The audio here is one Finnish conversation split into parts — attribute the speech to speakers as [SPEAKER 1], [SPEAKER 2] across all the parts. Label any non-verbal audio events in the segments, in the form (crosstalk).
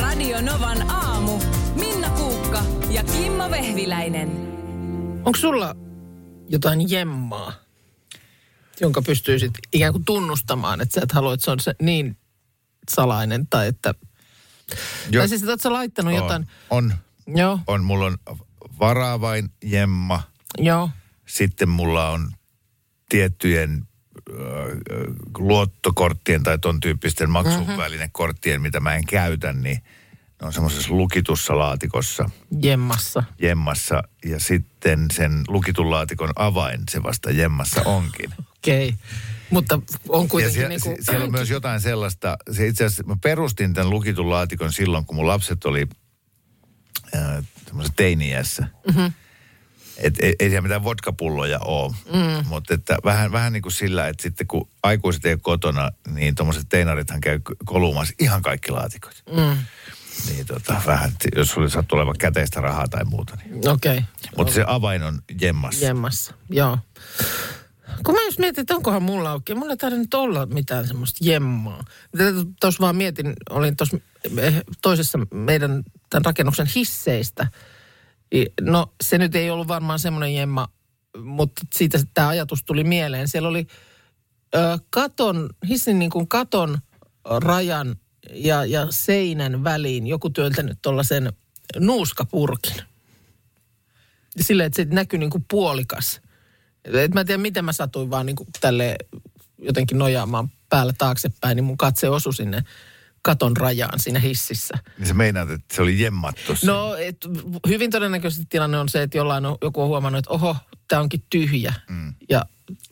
[SPEAKER 1] Radio Novan aamu. Minna Kuukka ja Kimmo Vehviläinen.
[SPEAKER 2] Onko sulla jotain jemmaa, jonka pystyisit ikään kuin tunnustamaan, että sä et halua, että se on se niin salainen tai että... Jo. Tai siis, että ootko sä laittanut
[SPEAKER 3] on,
[SPEAKER 2] jotain...
[SPEAKER 3] On,
[SPEAKER 2] Joo,
[SPEAKER 3] on. Mulla on varaa vain jemma.
[SPEAKER 2] joo.
[SPEAKER 3] Sitten mulla on tiettyjen ö, ö, luottokorttien tai ton tyyppisten
[SPEAKER 2] Mm-hmm.
[SPEAKER 3] maksuvälinekorttien, mitä mä en käytä, niin ne on semmoisessa lukitussa laatikossa
[SPEAKER 2] Jemmassa.
[SPEAKER 3] jemmassa ja sitten sen lukitun laatikon avain se vasta jemmassa onkin.
[SPEAKER 2] Okei. Okay. Mutta on kuitenkin
[SPEAKER 3] ja
[SPEAKER 2] niin kuin...
[SPEAKER 3] se- siellä on myös jotain sellaista, se itse asiassa, mä perustin tämän lukitun laatikon silloin, kun mun lapset oli äh, semmoisessa teiniässä. Mm-hmm. Et, e, ei, ei siellä mitään vodkapulloja ole, mm. mutta että vähän, vähän niin kuin sillä, että sitten kun aikuiset ei ole kotona, niin tuommoiset teinarithan käy k- kolumassa ihan kaikki laatikot. Mm. Niin tota, vähän, että jos oli sattu olevan käteistä rahaa tai muuta. Niin.
[SPEAKER 2] Mm, Okei. Okay.
[SPEAKER 3] Mutta se avain on jemmassa.
[SPEAKER 2] Jemmassa, joo. Kun mä just mietin, että onkohan mulla oikein, mulla ei taida nyt olla mitään semmoista jemmaa. Tuossa vaan mietin, olin tuossa eh, toisessa meidän tämän rakennuksen hisseistä. I- No se nyt ei ollut varmaan semmoinen jemma, mutta siitä tämä ajatus tuli mieleen. Siellä oli ö, katon, hissin niin kuin katon ö, rajan ja, ja seinän väliin joku työntänyt tuollaisen nuuskapurkin. Silleen, että se näkyy niin kuin puolikas. Et mä en tiedä, miten mä satuin vaan niin kuin tälle jotenkin nojaamaan päällä taaksepäin, niin mun katse osui sinne katon rajaan siinä hississä.
[SPEAKER 3] Niin se meinaat, että se oli jemmattu. sinne.
[SPEAKER 2] No, et, hyvin todennäköisesti tilanne on se, että jollain on, joku on huomannut, että oho, tämä onkin tyhjä. Mm. Ja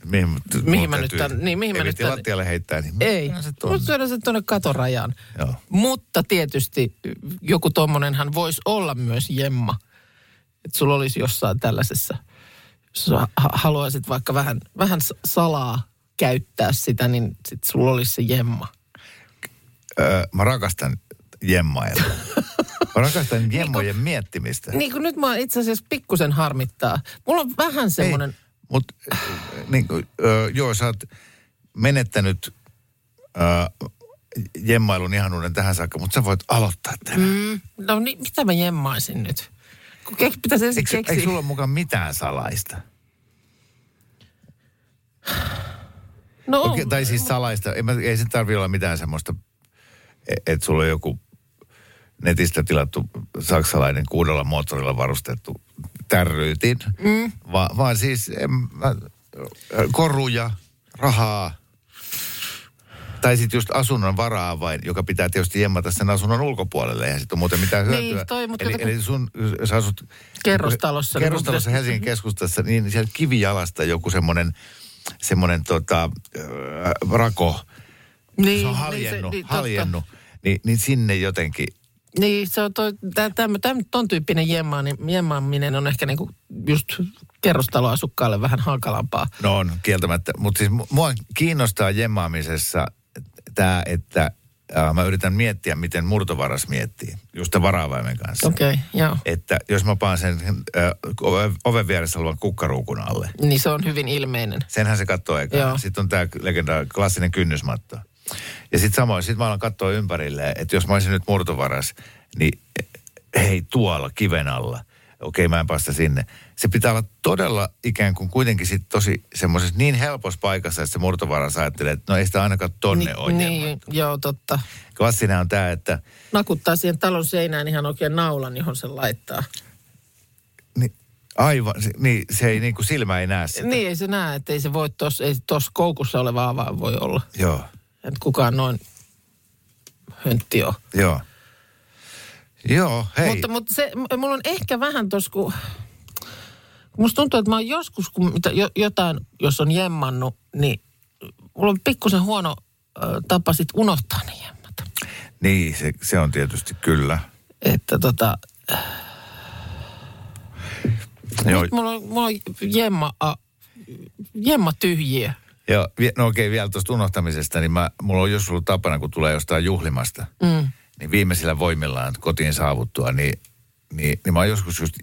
[SPEAKER 3] Mihin, mut-
[SPEAKER 2] Mihin
[SPEAKER 3] mun
[SPEAKER 2] mä nyt
[SPEAKER 3] täytyy-
[SPEAKER 2] tän- niin, mihin mä
[SPEAKER 3] ei
[SPEAKER 2] nyt
[SPEAKER 3] viitti
[SPEAKER 2] tän-
[SPEAKER 3] lattialle heittää, niin
[SPEAKER 2] ei,
[SPEAKER 3] mennään se tuonne.
[SPEAKER 2] mutta syödään se tuonne katorajaan.
[SPEAKER 3] Joo.
[SPEAKER 2] Mutta tietysti joku tommonenhan voisi olla myös jemma. Että sulla olisi jossain tällaisessa, jos sä ha- haluaisit vaikka vähän, vähän s- salaa käyttää sitä, niin sit sulla olisi se jemma.
[SPEAKER 3] Öö, mä rakastan jemmailla. mä rakastan jemmojen miettimistä.
[SPEAKER 2] Niin kuin nyt mä itse asiassa pikkusen harmittaa. Mulla on vähän semmoinen,
[SPEAKER 3] Mutta niin, kuin, öö, joo, sä oot menettänyt öö, jemmailun ihanuuden tähän saakka, mutta sä voit aloittaa tänään. Mm,
[SPEAKER 2] no niin, mitä mä jemmaisin nyt? Kun keks, pitäisi ensin
[SPEAKER 3] eikö,
[SPEAKER 2] keksiä.
[SPEAKER 3] eikö sulla ole mukaan mitään salaista?
[SPEAKER 2] No on.
[SPEAKER 3] Okei, tai siis salaista, ei, mä- ei sen tarvi olla mitään semmoista, e- että sulla on joku netistä tilattu saksalainen kuudella moottorilla varustettu tärryytin, mm. Va, vaan siis em, mä, koruja, rahaa, tai sitten just asunnon varaa vain, joka pitää tietysti jemmata sen asunnon ulkopuolelle, eihän sitten ole muuten mitään
[SPEAKER 2] Niin,
[SPEAKER 3] hyötyä.
[SPEAKER 2] toi, mut
[SPEAKER 3] eli,
[SPEAKER 2] kato-
[SPEAKER 3] eli sun, jos asut
[SPEAKER 2] Kerrostalossa, niin
[SPEAKER 3] kerrostalossa
[SPEAKER 2] mun pitäisi-
[SPEAKER 3] Helsingin keskustassa, niin sieltä kivijalasta joku semmoinen semmoinen tota, äh, rako, niin, se on haljennut, niin se,
[SPEAKER 2] totta.
[SPEAKER 3] haljennut niin, niin sinne jotenkin.
[SPEAKER 2] Niin, se on toi, tämä, ton tyyppinen jemmaani, jemmaaminen on ehkä niinku just kerrostaloasukkaalle vähän hankalampaa.
[SPEAKER 3] No on, kieltämättä. Mutta siis mu- mua kiinnostaa jemmaamisessa tämä, että äh, mä yritän miettiä, miten murtovaras miettii, just tämän varaavaimen kanssa.
[SPEAKER 2] Okei, okay, joo.
[SPEAKER 3] Että jos mä paan sen äh, ove- oven vieressä olevan kukkaruukun alle,
[SPEAKER 2] Niin se on hyvin ilmeinen.
[SPEAKER 3] Senhän se katsoo
[SPEAKER 2] Joo.
[SPEAKER 3] eka. Sitten on tämä legenda, klassinen kynnysmatto. Ja sitten samoin, sitten mä alan katsoa ympärille, että jos mä olisin nyt murtovaras, niin hei tuolla kiven alla. Okei, mä en päästä sinne. Se pitää olla todella ikään kuin kuitenkin sit tosi semmoisessa niin helpossa paikassa, että se murtovaras ajattelee, että no ei sitä ainakaan tonne niin, ole. Niin.
[SPEAKER 2] niin, joo, totta.
[SPEAKER 3] Klassinen on tämä, että
[SPEAKER 2] Nakuttaa siihen talon seinään ihan oikein naulan, johon sen laittaa.
[SPEAKER 3] niin, aivan, se- niin, se ei niin kuin silmä ei näe sitä.
[SPEAKER 2] Niin, ei se näe, että ei se voi tuossa, ei tuossa koukussa oleva avain voi olla.
[SPEAKER 3] Joo.
[SPEAKER 2] Et kukaan noin höntti on.
[SPEAKER 3] Joo. Joo, hei.
[SPEAKER 2] Mutta, mutta se, m- mulla on ehkä vähän tuossa, kun... kun Musta tuntuu, että mä oon joskus, kun mitä, jo, jotain, jos on jemmannut, niin mulla on pikkusen huono ö, tapa sit unohtaa ne jemmät.
[SPEAKER 3] Niin, se, se on tietysti kyllä.
[SPEAKER 2] Että tota,
[SPEAKER 3] Joo,
[SPEAKER 2] nyt mulla on, mulla on jemma, a, jemma tyhjiä.
[SPEAKER 3] Joo, vie- no okei, vielä tuosta unohtamisesta, niin mä, mulla on joskus ollut tapana, kun tulee jostain juhlimasta, mm. niin viimeisillä voimillaan kotiin saavuttua, niin, niin, niin mä oon joskus just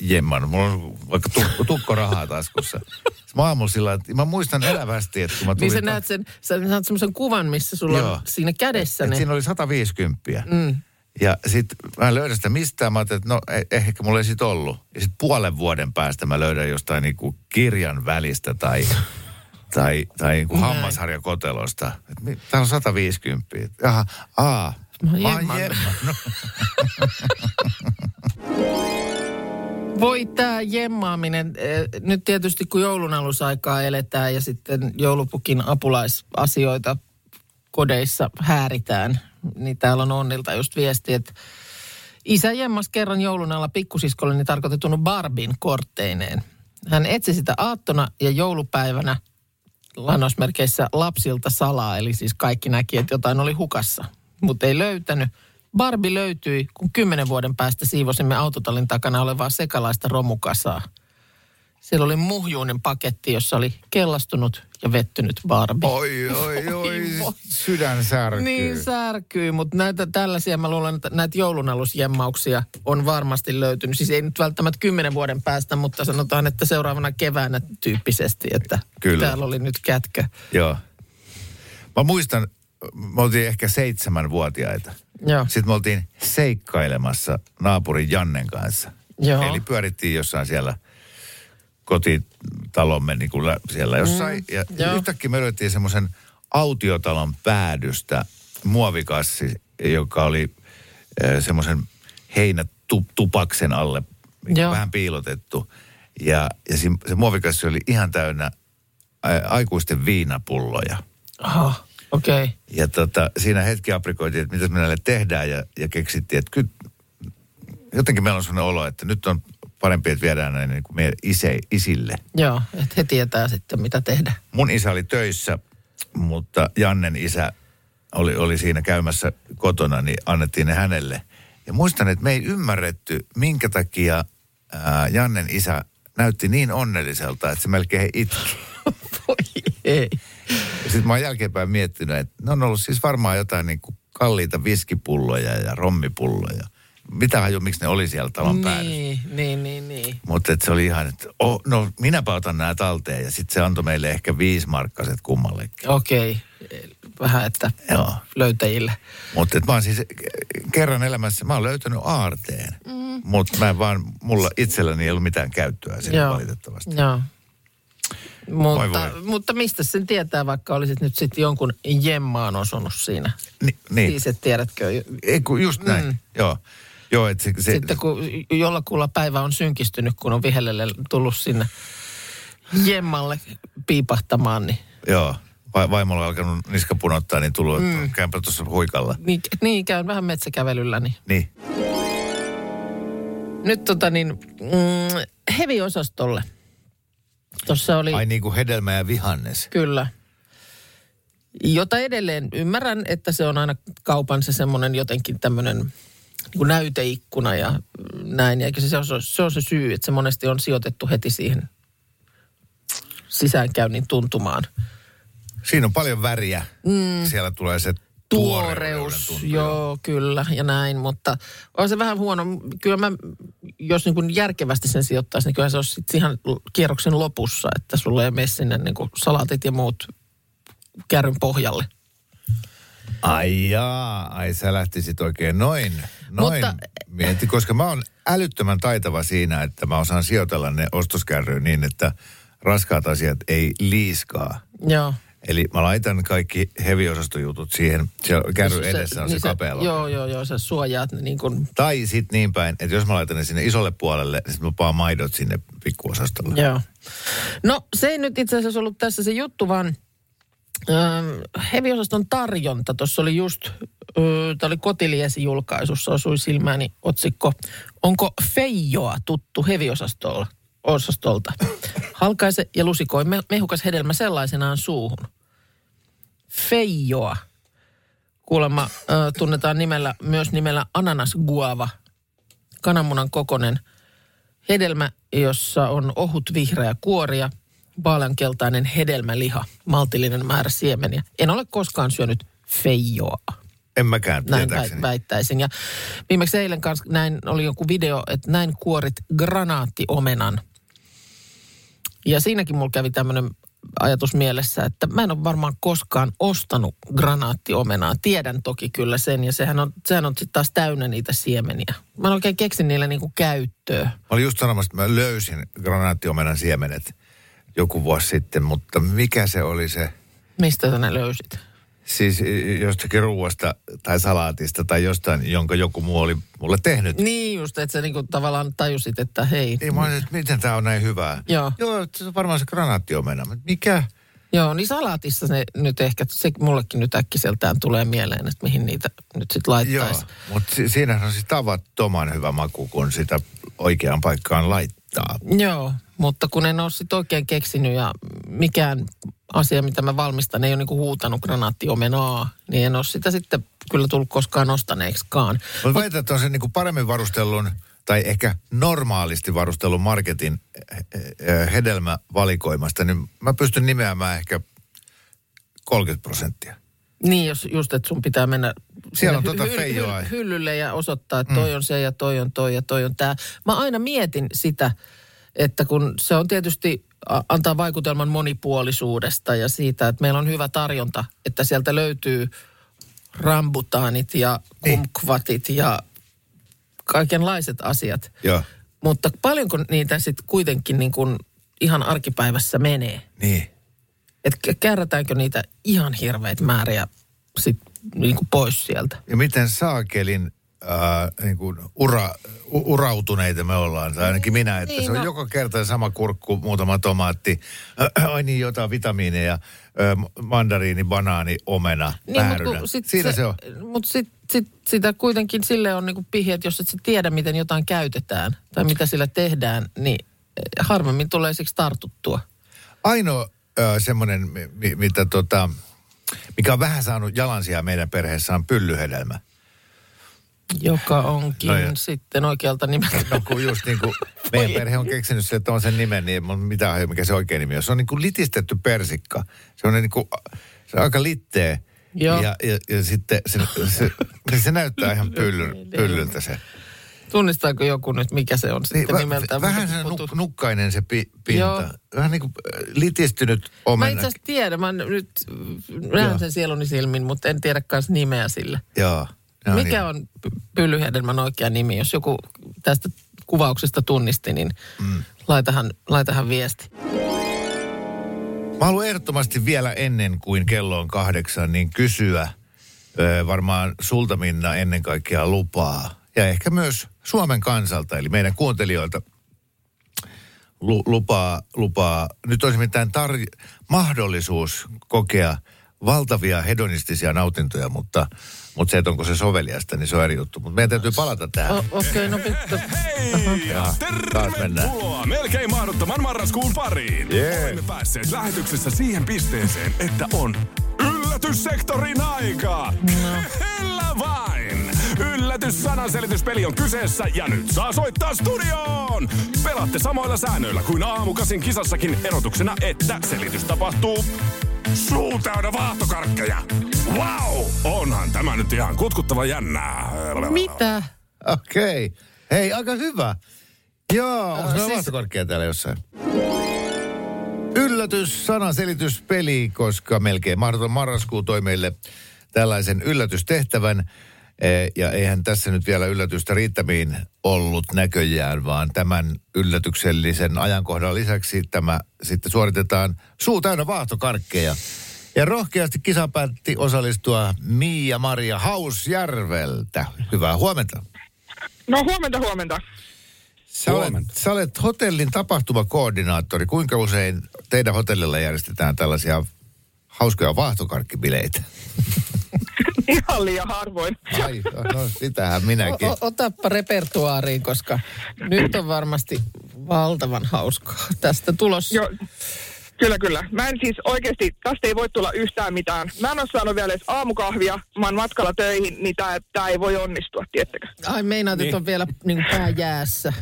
[SPEAKER 3] jemmannut. Mulla on vaikka tukko, tukko rahaa taskussa. Sitten mä aamulla sillä lailla, että mä muistan elävästi, että kun mä tulin...
[SPEAKER 2] Niin sä
[SPEAKER 3] ta-
[SPEAKER 2] näet sen, sä näet semmoisen kuvan, missä sulla Joo.
[SPEAKER 3] Joo.
[SPEAKER 2] on siinä kädessä niin
[SPEAKER 3] että
[SPEAKER 2] ne.
[SPEAKER 3] siinä oli 150. Mm. Ja sitten mä en löydä sitä mistään. Mä ajattelin, että no eh- ehkä mulla ei sit ollut. Ja sitten puolen vuoden päästä mä löydän jostain niinku kirjan välistä
[SPEAKER 2] (laughs)
[SPEAKER 3] tai, tai, tai niinku hammasharjakotelosta. Et mi- Täällä on 150. Aha, aa.
[SPEAKER 2] Mä oon
[SPEAKER 3] Mä oon
[SPEAKER 2] jemman.
[SPEAKER 3] jemman.
[SPEAKER 2] (laughs)
[SPEAKER 3] No,
[SPEAKER 2] Voi tämä jemmaaminen, eh, nyt tietysti kun joulun alusaikaa eletään ja sitten joulupukin apulaisasioita kodeissa hääritään, niin täällä on Onnilta just viesti, että isä jemmas kerran joulun alla pikkusiskolleni tarkoitetun Barbin kortteineen. Hän etsi sitä aattona ja joulupäivänä lainausmerkeissä lapsilta salaa, eli siis kaikki näki, että jotain oli hukassa, mutta ei löytänyt. Barbi löytyi, kun kymmenen vuoden päästä siivosimme autotallin takana olevaa sekalaista romukasaa. Siellä oli muhjuinen paketti, jossa oli kellastunut ja vettynyt Barbie.
[SPEAKER 3] oi, oi, oi,
[SPEAKER 2] voi.
[SPEAKER 3] sydän särkyy.
[SPEAKER 2] Niin särkyy, mutta näitä tällaisia, mä luulen, että näitä joulunalusjemmauksia on varmasti löytynyt. Siis ei nyt välttämättä kymmenen vuoden päästä, mutta sanotaan, että seuraavana keväänä tyyppisesti, että
[SPEAKER 3] Kyllä.
[SPEAKER 2] täällä oli nyt kätkö.
[SPEAKER 3] Joo. Mä muistan, me oltiin ehkä seitsemänvuotiaita.
[SPEAKER 2] Joo.
[SPEAKER 3] Sitten me oltiin seikkailemassa naapurin Jannen kanssa.
[SPEAKER 2] Joo.
[SPEAKER 3] Siis Eli pyörittiin jossain siellä kotitalomme niin kuin lä- siellä jossain. Mm, ja
[SPEAKER 2] joo.
[SPEAKER 3] joo. yhtäkkiä me löydettiin semmoisen autiotalon päädystä muovikassi, joka oli eh, semmoisen heinätupaksen alle
[SPEAKER 2] Joo.
[SPEAKER 3] joo. vähän piilotettu. Ja, ja se, se muovikassi oli ihan täynnä ä, aikuisten viinapulloja.
[SPEAKER 2] Aha, okei. Okay.
[SPEAKER 3] Ja tota, siinä hetki aprikoitiin, että mitä me näille tehdään ja, ja keksittiin, että kyllä jotenkin meillä on sellainen olo, että nyt on parempi, että viedään näin niin kuin meidän ise, isille.
[SPEAKER 2] Joo, että he tietää sitten mitä tehdä. (laughs)
[SPEAKER 3] Mun isä oli töissä, mutta Jannen isä oli, oli siinä käymässä kotona, niin annettiin ne hänelle. Ja muistan, että me ei ymmärretty, minkä takia ää, Jannen isä näytti niin onnelliselta, että se melkein itki.
[SPEAKER 2] Voi ei.
[SPEAKER 3] Sitten mä oon jälkeenpäin miettinyt, että ne on ollut siis varmaan jotain niin kuin kalliita viskipulloja ja rommipulloja. Mitä haju, miksi ne oli siellä talon niin. päädyssä.
[SPEAKER 2] Niin, niin, niin, niin.
[SPEAKER 3] Mutta se oli ihan, että oh, no minäpä otan nämä talteen. Ja sitten se antoi meille ehkä viisi markkaset kummallekin.
[SPEAKER 2] Okei, okay. vähän että
[SPEAKER 3] Joo.
[SPEAKER 2] löytäjille.
[SPEAKER 3] Mutta mä oon siis eh, kerran elämässä, mä oon löytänyt aarteen. Mm. Mutta mä en vaan, mulla itselläni ei ollut mitään käyttöä sille valitettavasti.
[SPEAKER 2] Joo. Mutta,
[SPEAKER 3] Voi voi.
[SPEAKER 2] mutta mistä sen tietää, vaikka olisit nyt sitten jonkun jemmaan osunut siinä?
[SPEAKER 3] Ni, niin,
[SPEAKER 2] Siis et tiedätkö,
[SPEAKER 3] ei kun just näin. Mm. Joo. Joo, et se, se,
[SPEAKER 2] Sitten kun jollakulla päivä on synkistynyt, kun on vihellelle tullut sinne jemmalle piipahtamaan, niin,
[SPEAKER 3] Joo. Va- vaimolla on alkanut niska punottaa, niin tullut, että mm. käympä tuossa huikalla.
[SPEAKER 2] niin, niin käyn vähän metsäkävelyllä. Niin.
[SPEAKER 3] Niin.
[SPEAKER 2] Nyt tota niin, mm, heviosastolle. Tuossa oli...
[SPEAKER 3] Ai niin kuin hedelmä ja vihannes.
[SPEAKER 2] Kyllä. Jota edelleen ymmärrän, että se on aina kaupan se semmoinen jotenkin tämmöinen niin näyteikkuna ja mm, näin. Ja Eikä se, se, on, se- se on se syy, että se monesti on sijoitettu heti siihen sisäänkäynnin tuntumaan.
[SPEAKER 3] Siinä on paljon väriä. Mm. Siellä tulee se tuoreuden
[SPEAKER 2] Tuoreus,
[SPEAKER 3] tuntu.
[SPEAKER 2] joo, kyllä ja näin, mutta on se vähän huono. Kyllä mä, jos niin kuin järkevästi sen sijoittaisi, niin kyllä se olisi sit ihan l- kierroksen lopussa, että sulla ei mene sinne niin kuin salaatit ja muut kärryn pohjalle.
[SPEAKER 3] Ai jaa, ai sä lähtisit oikein noin, noin
[SPEAKER 2] Mutta-
[SPEAKER 3] Mutta... mieti, koska mä oon älyttömän taitava siinä, että mä osaan sijoitella ne ostoskärryyn niin, että raskaat asiat ei liiskaa.
[SPEAKER 2] Joo.
[SPEAKER 3] Eli mä laitan kaikki heviosastojutut siihen, siellä kärry edessä on se,
[SPEAKER 2] niin
[SPEAKER 3] kapea lokero.
[SPEAKER 2] Joo, joo, joo, sä suojaat ne niin kuin,
[SPEAKER 3] Tai sitten niin päin, että jos mä laitan ne sinne isolle puolelle, niin sitten mä paan maidot sinne pikkuosastolle.
[SPEAKER 2] joo. No se ei nyt itse asiassa ollut tässä se juttu, vaan ähm, heviosaston tarjonta, tuossa oli just, äh, tämä oli kotiliesi julkaisussa, osui silmääni otsikko, onko feijoa tuttu heviosastolta? osastolta. Halkaise ja lusikoi me- mehukas hedelmä sellaisenaan suuhun. Feijoa. Kuulemma äh, tunnetaan nimellä, myös nimellä ananasguava, kananmunan kokonen hedelmä, jossa on ohut vihreä kuoria, vaaleankeltainen hedelmäliha, maltillinen määrä siemeniä. En ole koskaan syönyt feijoa,
[SPEAKER 3] En mäkään
[SPEAKER 2] näin
[SPEAKER 3] tietääkseni.
[SPEAKER 2] vä- väittäisin. Ja viimeksi eilen kanssa näin oli joku video, että näin kuorit granaattiomenan. Ja siinäkin mulla kävi tämmöinen ajatus mielessä, että mä en ole varmaan koskaan ostanut granaattiomenaa. Tiedän toki kyllä sen ja sehän on, sehän on sitten taas täynnä niitä siemeniä. Mä en oikein keksi niillä niinku käyttöä.
[SPEAKER 3] Mä olin just sanomassa, että mä löysin granaattiomenan siemenet joku vuosi sitten, mutta mikä se oli se?
[SPEAKER 2] Mistä sä ne löysit?
[SPEAKER 3] Siis jostakin ruuasta tai salaatista tai jostain, jonka joku muu oli mulle tehnyt.
[SPEAKER 2] Niin just, että sä niinku tavallaan tajusit, että hei.
[SPEAKER 3] Ei Niin mä olin, että miten tämä on näin hyvää.
[SPEAKER 2] Joo.
[SPEAKER 3] Joo, se on varmaan se granaattiomena. Mä, Mikä?
[SPEAKER 2] Joo, niin salaatissa ne nyt ehkä, se mullekin nyt äkkiseltään tulee mieleen, että mihin niitä nyt sitten laittaisi.
[SPEAKER 3] Joo, mutta si- siinähän on siis tavattoman hyvä maku, kun sitä oikeaan paikkaan laittaa.
[SPEAKER 2] Joo, mutta kun en ole sit oikein keksinyt ja mikään asia, mitä mä valmistan, ei ole niinku huutanut granaattiomenaa, niin en ole sitä sitten kyllä tullut koskaan ostaneeksikaan.
[SPEAKER 3] Mutta väitän, että on se niinku paremmin varustellun tai ehkä normaalisti varustellun marketin eh, eh, hedelmävalikoimasta, niin mä pystyn nimeämään ehkä 30 prosenttia.
[SPEAKER 2] Niin, jos just, että sun pitää mennä
[SPEAKER 3] Siellä on
[SPEAKER 2] sinne
[SPEAKER 3] tota feijoa. Mm.
[SPEAKER 2] hyllylle ja osoittaa, että toi on se ja toi on toi ja toi on tämä. Mä aina mietin sitä, että kun se on tietysti a- antaa vaikutelman monipuolisuudesta ja siitä, että meillä on hyvä tarjonta, että sieltä löytyy rambutaanit ja
[SPEAKER 3] Niin.
[SPEAKER 2] kumkvatit ja kaikenlaiset asiat.
[SPEAKER 3] Joo.
[SPEAKER 2] Mutta paljonko niitä sitten kuitenkin niin kuin ihan arkipäivässä menee?
[SPEAKER 3] Niin.
[SPEAKER 2] että kärrätäänkö niitä ihan hirveitä määriä sit niinku pois sieltä.
[SPEAKER 3] Ja miten saakelin äh, niin kuin ura, u, urautuneita me ollaan, tai ainakin minä, että
[SPEAKER 2] Niin,
[SPEAKER 3] se on
[SPEAKER 2] no.
[SPEAKER 3] joka kerta sama kurkku, muutama tomaatti, äh, ai niin jotain vitamiineja, äh, mandariini, banaani, omena, niin, päärynä. Siinä se, se on.
[SPEAKER 2] Mutta sit, sit, sitä kuitenkin sille on niinku pihi, että jos et sä tiedä, miten jotain käytetään tai mitä sillä tehdään, niin harvemmin tulee siksi tartuttua.
[SPEAKER 3] Ainoa äh, semmoinen, mi, mi, mitä tota, mikä on vähän saanut jalansijaa meidän perheessä on pyllyhedelmä.
[SPEAKER 2] Joka onkin
[SPEAKER 3] No
[SPEAKER 2] no
[SPEAKER 3] ja-
[SPEAKER 2] sitten oikealta nimeltä. (laughs)
[SPEAKER 3] No kun just niin kuin meidän perhe on keksinyt sille tommosen nimen, niin mun mitä hajua, mikä se oikein nimi on. Se on niin kuin litistetty persikka. Se on niin kuin, se on aika litteä.
[SPEAKER 2] Joo.
[SPEAKER 3] Ja, ja, ja sitten se, se, se, se näyttää ihan
[SPEAKER 2] Niin,
[SPEAKER 3] pyllyn, pyllyltä se. Niin,
[SPEAKER 2] Tunnistaako joku nyt, mikä se on sitten
[SPEAKER 3] vä-
[SPEAKER 2] nimeltään?
[SPEAKER 3] vähän
[SPEAKER 2] Mutta
[SPEAKER 3] se
[SPEAKER 2] putu-
[SPEAKER 3] nuk, nukkainen se pi, pinta.
[SPEAKER 2] Joo.
[SPEAKER 3] Vähän niin kuin äh, litistynyt
[SPEAKER 2] Mä
[SPEAKER 3] omena.
[SPEAKER 2] itse asiassa tiedän, mä nyt näen
[SPEAKER 3] Joo.
[SPEAKER 2] sen sieluni silmin, mutta en tiedä kans nimeä sille.
[SPEAKER 3] Joo.
[SPEAKER 2] Mikä
[SPEAKER 3] No niin.
[SPEAKER 2] niin. on py- pyllyhedelmän oikea nimi? Jos joku tästä kuvauksesta tunnisti, niin mm. laitahan, laitahan viesti.
[SPEAKER 3] Mä haluan ehdottomasti vielä ennen kuin kello on kahdeksan, niin kysyä ö, varmaan sulta Minna ennen kaikkea lupaa. Ja ehkä myös Suomen kansalta, eli meidän kuuntelijoilta lu- lupaa, lupaa. Nyt olisi mitään tar- mahdollisuus kokea valtavia hedonistisia nautintoja, mutta, mutta se, että onko se soveliasta, niin se on eri juttu. Mutta meidän täytyy palata tähän.
[SPEAKER 2] O- Okei, okay, no pitkä.
[SPEAKER 4] Hei!
[SPEAKER 3] Jaa, taas mennään.
[SPEAKER 4] Tervetuloa melkein mahdottoman marraskuun pariin.
[SPEAKER 3] Jee.
[SPEAKER 4] Olemme päässeet lähetyksessä siihen pisteeseen, että on yllätyssektorin aika.
[SPEAKER 3] No.
[SPEAKER 4] Kyllä vain! Yllätyssananselitys-peli on kyseessä ja nyt saa soittaa studioon! Pelaatte samoilla säännöillä kuin aamukasin kisassakin erotuksena, että selitys tapahtuu suu täynnä vaahtokarkkeja. Wow! Onhan tämä nyt ihan kutkuttava jännää.
[SPEAKER 2] Mitä?
[SPEAKER 3] (laughs) Okei. Okay. Hei, aika hyvä. Joo, onko
[SPEAKER 2] siis-
[SPEAKER 3] siis... korkea täällä jossain? Yllätys, sanan selityspeli, koska melkein mahdoton marraskuu toi meille tällaisen yllätystehtävän. Eh, Ja eihän tässä nyt vielä yllätystä riittämiin ollut näköjään, vaan tämän yllätyksellisen ajankohdan lisäksi tämä sitten suoritetaan suu täynnä vaahtokarkkeja. Ja rohkeasti kisa päätti osallistua Miia Maria Hausjärveltä. Hyvää huomenta.
[SPEAKER 5] No huomenta, huomenta.
[SPEAKER 3] Sä olet, sä olet hotellin tapahtumakoordinaattori. Kuinka usein teidän hotellilla järjestetään tällaisia hauskoja vaahtokarkkibileitä?
[SPEAKER 5] Ihan liian harvoin.
[SPEAKER 3] Ai, no sitähän
[SPEAKER 2] O-
[SPEAKER 3] minäkin.
[SPEAKER 2] o- otappa repertuaariin, koska nyt on varmasti valtavan hauskaa tästä tulossa.
[SPEAKER 5] Jo, kyllä, kyllä. Mä en siis oikeasti, tästä ei voi tulla yhtään mitään. Mä en ole saanut vielä edes aamukahvia, mä oon matkalla töihin, niin tää, tää ei voi onnistua, tiettäkö?
[SPEAKER 2] Ai meinaat, niin. että on vielä niin pää jäässä.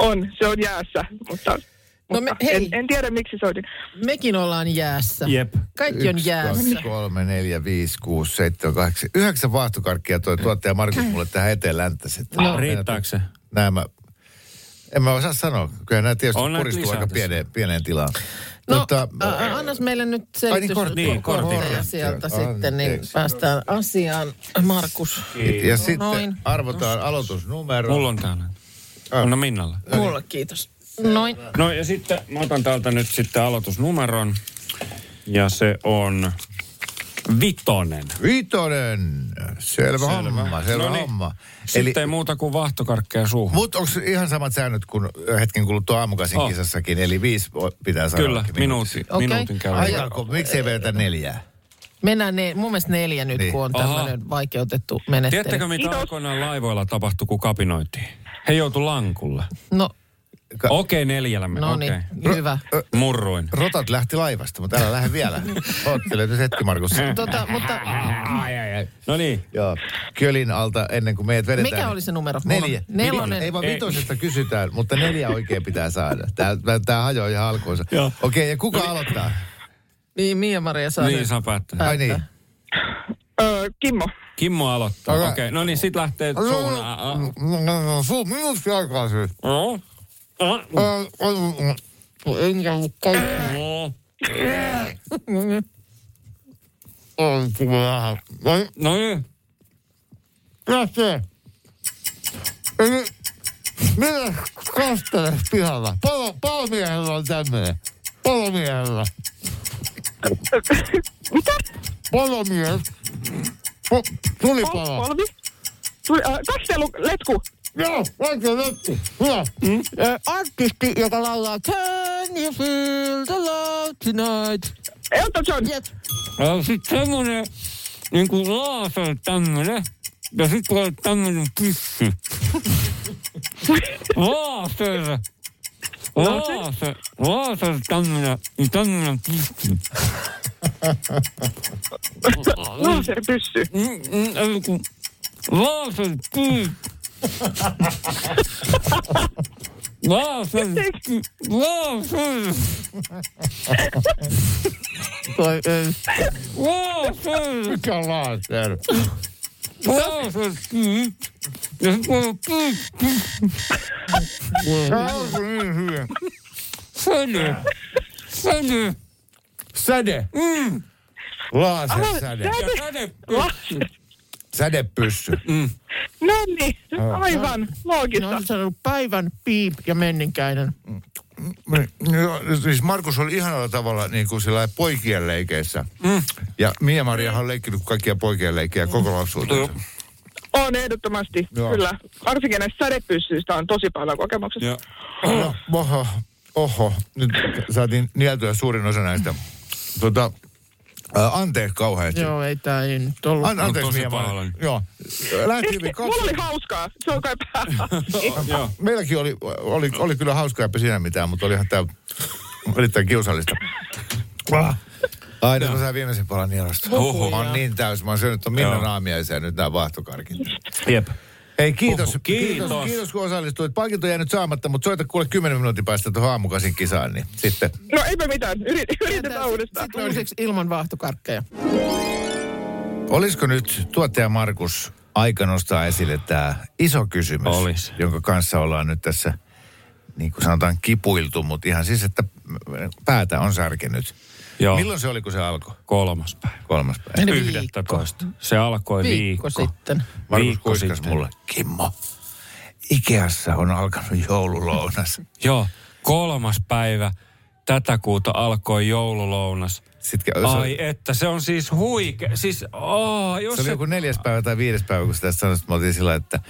[SPEAKER 5] On, se on jäässä, mutta,
[SPEAKER 2] No
[SPEAKER 5] no
[SPEAKER 2] me-
[SPEAKER 5] me,
[SPEAKER 2] hei.
[SPEAKER 5] en, en tiedä miksi soitin.
[SPEAKER 2] Mekin ollaan jäässä.
[SPEAKER 4] Jep.
[SPEAKER 2] Kaikki on jäässä.
[SPEAKER 3] kaksi, kolme, neljä, viisi, kuusi, seitsemän, kahdeksan. Yhdeksän vaahtokarkkia toi tuottaja Markus mulle tähän eteen länttäsi.
[SPEAKER 2] Äh. No.
[SPEAKER 6] Riittääkö se?
[SPEAKER 3] Nämä, en mä osaa sanoa. Kyllä nämä tietysti
[SPEAKER 6] On näitä
[SPEAKER 3] puristuu
[SPEAKER 6] lisää
[SPEAKER 3] aika
[SPEAKER 6] tässä.
[SPEAKER 3] pieneen, pieneen tilaan.
[SPEAKER 2] No,
[SPEAKER 3] Tota,
[SPEAKER 2] ä, annas meille nyt
[SPEAKER 3] Ai
[SPEAKER 2] selitys
[SPEAKER 3] niin, kortti.
[SPEAKER 6] Niin, kortti.
[SPEAKER 2] kortille sieltä
[SPEAKER 3] Anteeksi.
[SPEAKER 2] sitten, niin päästään asiaan. Markus,
[SPEAKER 3] Ja, ja sitten
[SPEAKER 2] No, Noin.
[SPEAKER 3] arvotaan aloitusnumero.
[SPEAKER 6] Mulla on täällä.
[SPEAKER 3] Ah.
[SPEAKER 6] Anna Minnalle.
[SPEAKER 2] mulle kiitos. Noin,
[SPEAKER 6] No ja sitten mä otan täältä nyt sitten aloitusnumeron. Ja se on vitonen.
[SPEAKER 3] Viitonen. Selvä, selvä. homma, selvä
[SPEAKER 6] No niin.
[SPEAKER 3] homma.
[SPEAKER 6] Sitten Eli... ei muuta kuin vahtokarkkeja suuhun.
[SPEAKER 3] Mutta onko ihan samat säännöt kuin hetken kuluttua aamukasin
[SPEAKER 6] On.
[SPEAKER 3] oh. kisassakin, eli viisi voi- pitää saada
[SPEAKER 6] Kyllä, minuutin,
[SPEAKER 2] Okei.
[SPEAKER 6] minuutin käy.
[SPEAKER 3] Aikaako, miksi ei vedetä neljää?
[SPEAKER 2] mennään ne, mun mielestä neljä nyt,
[SPEAKER 3] Niin.
[SPEAKER 2] kun on
[SPEAKER 6] Aha.
[SPEAKER 2] tämmöinen vaikeutettu menettely.
[SPEAKER 6] Tiedättekö, mitä
[SPEAKER 5] Kiitos.
[SPEAKER 6] aikoinaan laivoilla tapahtui, kun kapinoitiin? He joutu lankulle.
[SPEAKER 2] No,
[SPEAKER 3] Ka-
[SPEAKER 6] Okei, okay, neljällä me.
[SPEAKER 2] no
[SPEAKER 6] Okei.
[SPEAKER 2] niin,
[SPEAKER 6] Okay.
[SPEAKER 2] hyvä.
[SPEAKER 6] Murruin.
[SPEAKER 3] Rotat lähti laivasta, mutta älä lähde
[SPEAKER 6] (laughs)
[SPEAKER 3] vielä. Oottele nyt hetki, Markus. Tota.
[SPEAKER 2] Tota, mutta
[SPEAKER 6] No niin.
[SPEAKER 3] Joo, kölin alta ennen kuin meidät vedetään.
[SPEAKER 2] Mikä oli se numero? Mulla-
[SPEAKER 3] Neljä.
[SPEAKER 2] Nelonen.
[SPEAKER 3] Ei vaan
[SPEAKER 6] Ei.
[SPEAKER 3] vitosesta kysytään, mutta neljä oikein pitää saada. Tää, tää- tää hajoaa ihan alkuunsa.
[SPEAKER 6] Joo. No
[SPEAKER 3] Okei, okay, ja kuka aloittaa?
[SPEAKER 2] niin, Mia-Maria saa
[SPEAKER 6] Niin
[SPEAKER 2] nyt.
[SPEAKER 6] saa päättää.
[SPEAKER 3] Ai niin.
[SPEAKER 5] Öö, Kimmo.
[SPEAKER 6] Kimmo aloittaa. Okei,
[SPEAKER 3] Okei.
[SPEAKER 6] okay. no niin, sit lähtee suun.
[SPEAKER 3] mm, Suu minuutti aikaa siis. mm,
[SPEAKER 2] Enkä ollut kaikki.
[SPEAKER 6] No niin.
[SPEAKER 3] Lähtee. Eli minä kastele pihalla. Palo, palomiehellä on tämmöinen. Palomiehellä.
[SPEAKER 5] Mitä?
[SPEAKER 3] Palomies. Po, tuli
[SPEAKER 5] Pol-
[SPEAKER 3] palo.
[SPEAKER 5] Polvi? Tuli, öö, kastelu, letku.
[SPEAKER 3] Joo, oikein lettu. Hyvä. Mm.
[SPEAKER 2] Artisti, joka laulaa Can you feel the love tonight?
[SPEAKER 5] Elton John.
[SPEAKER 2] Yes.
[SPEAKER 6] Ja sit semmonen, niinku laasel tämmönen. Ja sit tulee tämmönen pissi. Laasel. Laasel. Laasel tämmönen, niin tämmönen pissi.
[SPEAKER 5] Laserpyssy.
[SPEAKER 6] Mm, mm, ei kun Laasel pyy. Laasel pyy. Laasel.
[SPEAKER 3] Toi ei
[SPEAKER 6] Laasel.
[SPEAKER 3] mikään laaser.
[SPEAKER 6] Laasel pyy. Ja sit tulee pyy.
[SPEAKER 3] Tää on kuin niin hyvä.
[SPEAKER 6] Säde. Säde.
[SPEAKER 3] Säde.
[SPEAKER 6] Mm.
[SPEAKER 3] Laaser säde. Mm.
[SPEAKER 6] Ja säde.
[SPEAKER 3] Sädepyssy.
[SPEAKER 5] No niin, aivan loogista.
[SPEAKER 2] sanonut päivän piip ja menninkäinen.
[SPEAKER 3] Mm, joo, Siis Markus oli ihanalla tavalla niin kuin sillä lailla poikien leikeissä. Mm. Ja Mia Maria on leikkinyt kaikkia poikien leikkejä koko lapsuutensa.
[SPEAKER 5] On ehdottomasti,
[SPEAKER 3] Joo.
[SPEAKER 5] kyllä. Varsinkin näistä sädepyssyistä on tosi paljon kokemuksia.
[SPEAKER 6] Ja
[SPEAKER 3] No, oho, oho, nyt saatiin nieltyä suurin osa näistä. Tota, ää, anteeksi kauheasti.
[SPEAKER 2] Joo, ei tää ei nyt ollut.
[SPEAKER 3] An, anteeksi
[SPEAKER 6] tosi
[SPEAKER 3] Mia Maria.
[SPEAKER 6] pahoillani.
[SPEAKER 3] Joo. Lähti hyvin.
[SPEAKER 5] Mulla oli hauskaa, se on kai pääasia.
[SPEAKER 6] joo.
[SPEAKER 3] Meilläkin oli, oli, oli kyllä hauskaa, eipä siinä mitään, mutta olihan tämä erittäin kiusallista. Aina mä sain viimeisen palan nielusta.
[SPEAKER 6] Oho.
[SPEAKER 3] Mä oon niin täys. Mä oon syönyt ton Minnan
[SPEAKER 6] Joo.
[SPEAKER 3] aamiaisen ja nyt nää vahtokarkit.
[SPEAKER 6] Jep.
[SPEAKER 3] Hei, kiitos.
[SPEAKER 6] Oho,
[SPEAKER 3] kiitos.
[SPEAKER 6] kiitos.
[SPEAKER 3] Kiitos, kun osallistuit. Palkinto jäi nyt saamatta, mutta soita kuule 10 minuutin päästä tuohon aamukasin kisaan, niin sitten.
[SPEAKER 5] No eipä mitään, Yrit, yritetään uudestaan.
[SPEAKER 2] Sitten uusiksi ilman vaahtokarkkeja.
[SPEAKER 3] Olisiko nyt tuottaja Markus aika nostaa esille tämä iso kysymys,
[SPEAKER 6] Olis.
[SPEAKER 3] jonka kanssa ollaan nyt tässä, niin kuin sanotaan, kipuiltu, mutta ihan siis, että päätä on särkenyt.
[SPEAKER 6] Joo.
[SPEAKER 3] Milloin se oli, kun se alkoi?
[SPEAKER 6] Kolmas päivä.
[SPEAKER 3] Kolmas päivä.
[SPEAKER 2] Eli viikko.
[SPEAKER 6] 11. Se alkoi
[SPEAKER 2] Viikko,
[SPEAKER 6] viikko.
[SPEAKER 2] sitten.
[SPEAKER 3] Markus
[SPEAKER 6] Viikko
[SPEAKER 3] kuiskas
[SPEAKER 6] sitten.
[SPEAKER 3] mulle, Kimmo, Ikeassa on alkanut joululounas.
[SPEAKER 6] Joo. Kolmas päivä tätä kuuta alkoi joululounas.
[SPEAKER 3] Sitten, se,
[SPEAKER 6] Ai
[SPEAKER 3] oli,
[SPEAKER 6] että, se on siis huike. Siis, oh, jos
[SPEAKER 3] se
[SPEAKER 6] se...
[SPEAKER 3] oli joku neljäs päivä tai viides päivä, kun sitä sanoit, että me oltiin sillä että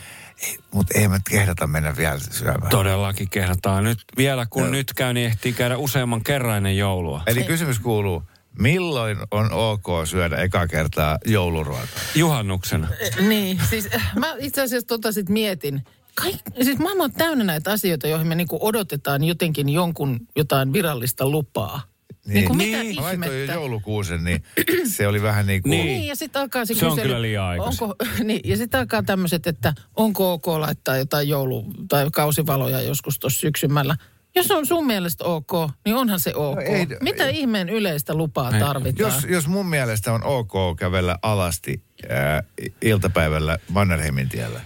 [SPEAKER 3] mutta ei mä kehdata mennä vielä syömään.
[SPEAKER 6] Todellakin kehdataan. Nyt, vielä kun nyt käy, niin ehtii käydä useamman kerran ennen joulua.
[SPEAKER 3] Eli kysymys kuuluu, milloin on ok syödä eka kertaa jouluruokaa?
[SPEAKER 6] Juhannuksena.
[SPEAKER 2] Eh, Niin, siis äh, mä itse asiassa tota sit mietin. Kaik, siis maailma on täynnä näitä asioita, joihin me niinku odotetaan jotenkin jonkun jotain virallista lupaa. Niin. Niinku mitä
[SPEAKER 6] Niin.
[SPEAKER 3] Mä laitoin jo
[SPEAKER 2] ihmettä?
[SPEAKER 3] joulukuusen, niin (clears throat) se oli vähän niin kuin...
[SPEAKER 6] Niin.
[SPEAKER 2] Niin, ja sitten alkaa se,
[SPEAKER 6] Se on
[SPEAKER 2] kysely,
[SPEAKER 6] kyllä liian aikaisin.
[SPEAKER 2] onko, (laughs) niin, ja sitten alkaa tämmöiset, että onko ok laittaa jotain joulu- tai kausivaloja joskus tuossa syksymällä. Jos on sun mielestä ok, niin onhan se ok. No ei,
[SPEAKER 3] ei-
[SPEAKER 2] Mitä ei, ihmeen yleistä lupaa ei,
[SPEAKER 6] Ei.
[SPEAKER 2] tarvitaan?
[SPEAKER 3] Jos, jos mun mielestä on ok kävellä alasti ää, iltapäivällä Mannerheimin tiellä,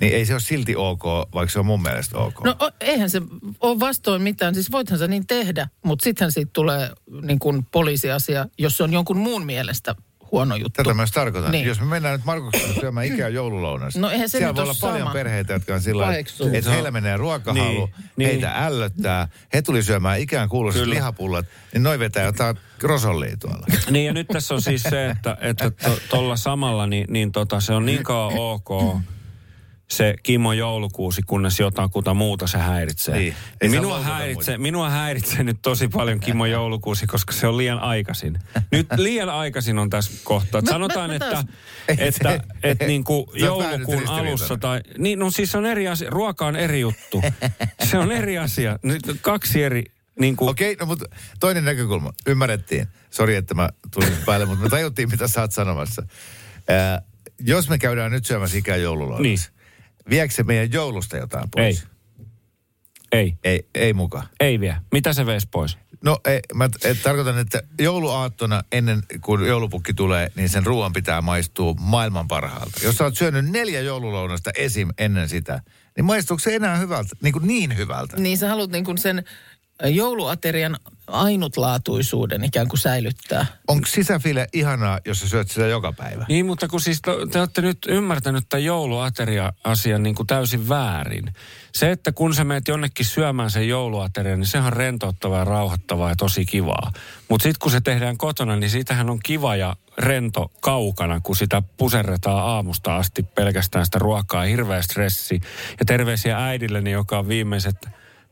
[SPEAKER 3] niin ei se ole silti ok, vaikka se on mun mielestä ok.
[SPEAKER 2] No o- eihän se ole vastoin mitään, siis voithan sä niin tehdä, mutta sittenhän siitä tulee niin kuin poliisiasia, jos se on jonkun muun mielestä huono juttu.
[SPEAKER 3] Tätä myös tarkoitan.
[SPEAKER 2] Niin.
[SPEAKER 3] Niin. Jos me mennään nyt Markuksen syömään ikää joululounasta.
[SPEAKER 2] No eihän se
[SPEAKER 3] Siellä
[SPEAKER 2] nyt
[SPEAKER 3] voi
[SPEAKER 2] ole
[SPEAKER 3] olla paljon
[SPEAKER 2] sama.
[SPEAKER 3] perheitä, jotka on sillä
[SPEAKER 2] Paheksuu.
[SPEAKER 3] lailla, että heillä menee ruokahalu,
[SPEAKER 6] Niin,
[SPEAKER 3] niin.
[SPEAKER 6] niin.
[SPEAKER 3] heitä ällöttää. He tuli syömään ikään kuuluiset
[SPEAKER 6] Kyllä.
[SPEAKER 3] lihapullat, niin noi vetää jotain rosollia
[SPEAKER 6] (laughs)
[SPEAKER 3] tuolla.
[SPEAKER 6] Niin ja nyt tässä on siis se, että että to- tuolla samalla niin, niin tota, se on niin kauan ok se Kimo joulukuusi, kunnes jotakuta muuta se häiritsee.
[SPEAKER 3] Niin.
[SPEAKER 6] Niin.
[SPEAKER 3] Ei saa
[SPEAKER 6] Minua,
[SPEAKER 3] loukata
[SPEAKER 6] häiritsee,
[SPEAKER 3] muita.
[SPEAKER 6] minua häiritsee nyt tosi paljon Kimo joulukuusi, koska se on liian aikaisin. Nyt liian aikaisin on tässä kohtaa.
[SPEAKER 2] Mä-
[SPEAKER 6] Sanotaan,
[SPEAKER 2] mä- mä
[SPEAKER 6] että,
[SPEAKER 2] taas-
[SPEAKER 6] että, että,
[SPEAKER 3] (laughs)
[SPEAKER 6] että niin kuin
[SPEAKER 3] Sä oot vähän nyt
[SPEAKER 6] joulukuun alussa
[SPEAKER 3] ristiriitainen.
[SPEAKER 6] tai... Niin, no siis se on eri asia. Ruoka on eri juttu. Se on eri asia. Nyt kaksi eri... Niin kuin,
[SPEAKER 3] Okei, no mutta toinen näkökulma. Ymmärrettiin. Sori, että mä tulin päälle, mutta me tajuttiin, mitä sä oot sanomassa. Ää, jos me käydään nyt syömässä ikää joululounasta, niin.
[SPEAKER 6] Niin.
[SPEAKER 3] viekö se meidän joulusta jotain
[SPEAKER 6] Ei.
[SPEAKER 3] pois?
[SPEAKER 6] Ei.
[SPEAKER 3] Ei, ei mukaan.
[SPEAKER 6] Ei vie. Mitä se veisi pois?
[SPEAKER 3] No ei, mä t- et, tarkoitan, että jouluaattona ennen kuin joulupukki tulee, niin sen ruoan pitää maistua maailman parhaalta. Jos sä oot syönyt neljä joululounasta esim. ennen sitä, niin maistuuko se enää hyvältä? Niin kuin niin hyvältä.
[SPEAKER 2] Niin sä haluat niin kuin sen jouluaterian ainutlaatuisuuden ikään kuin säilyttää.
[SPEAKER 3] Onko sisäfile ihanaa, jos sä syöt sitä joka päivä?
[SPEAKER 6] Niin, mutta kun siis te, te olette nyt ymmärtänyt tämän jouluateria-asian niin kuin täysin väärin. Se, että kun sä meet jonnekin syömään sen jouluaterian, niin sehän on rentouttavaa ja rauhoittavaa ja tosi kivaa. Mutta sitten kun se tehdään kotona, niin siitähän on kiva ja rento kaukana, kun sitä puserretaan aamusta asti pelkästään sitä ruokaa. Hirveä stressi. Ja terveisiä äidilleni, joka on viimeiset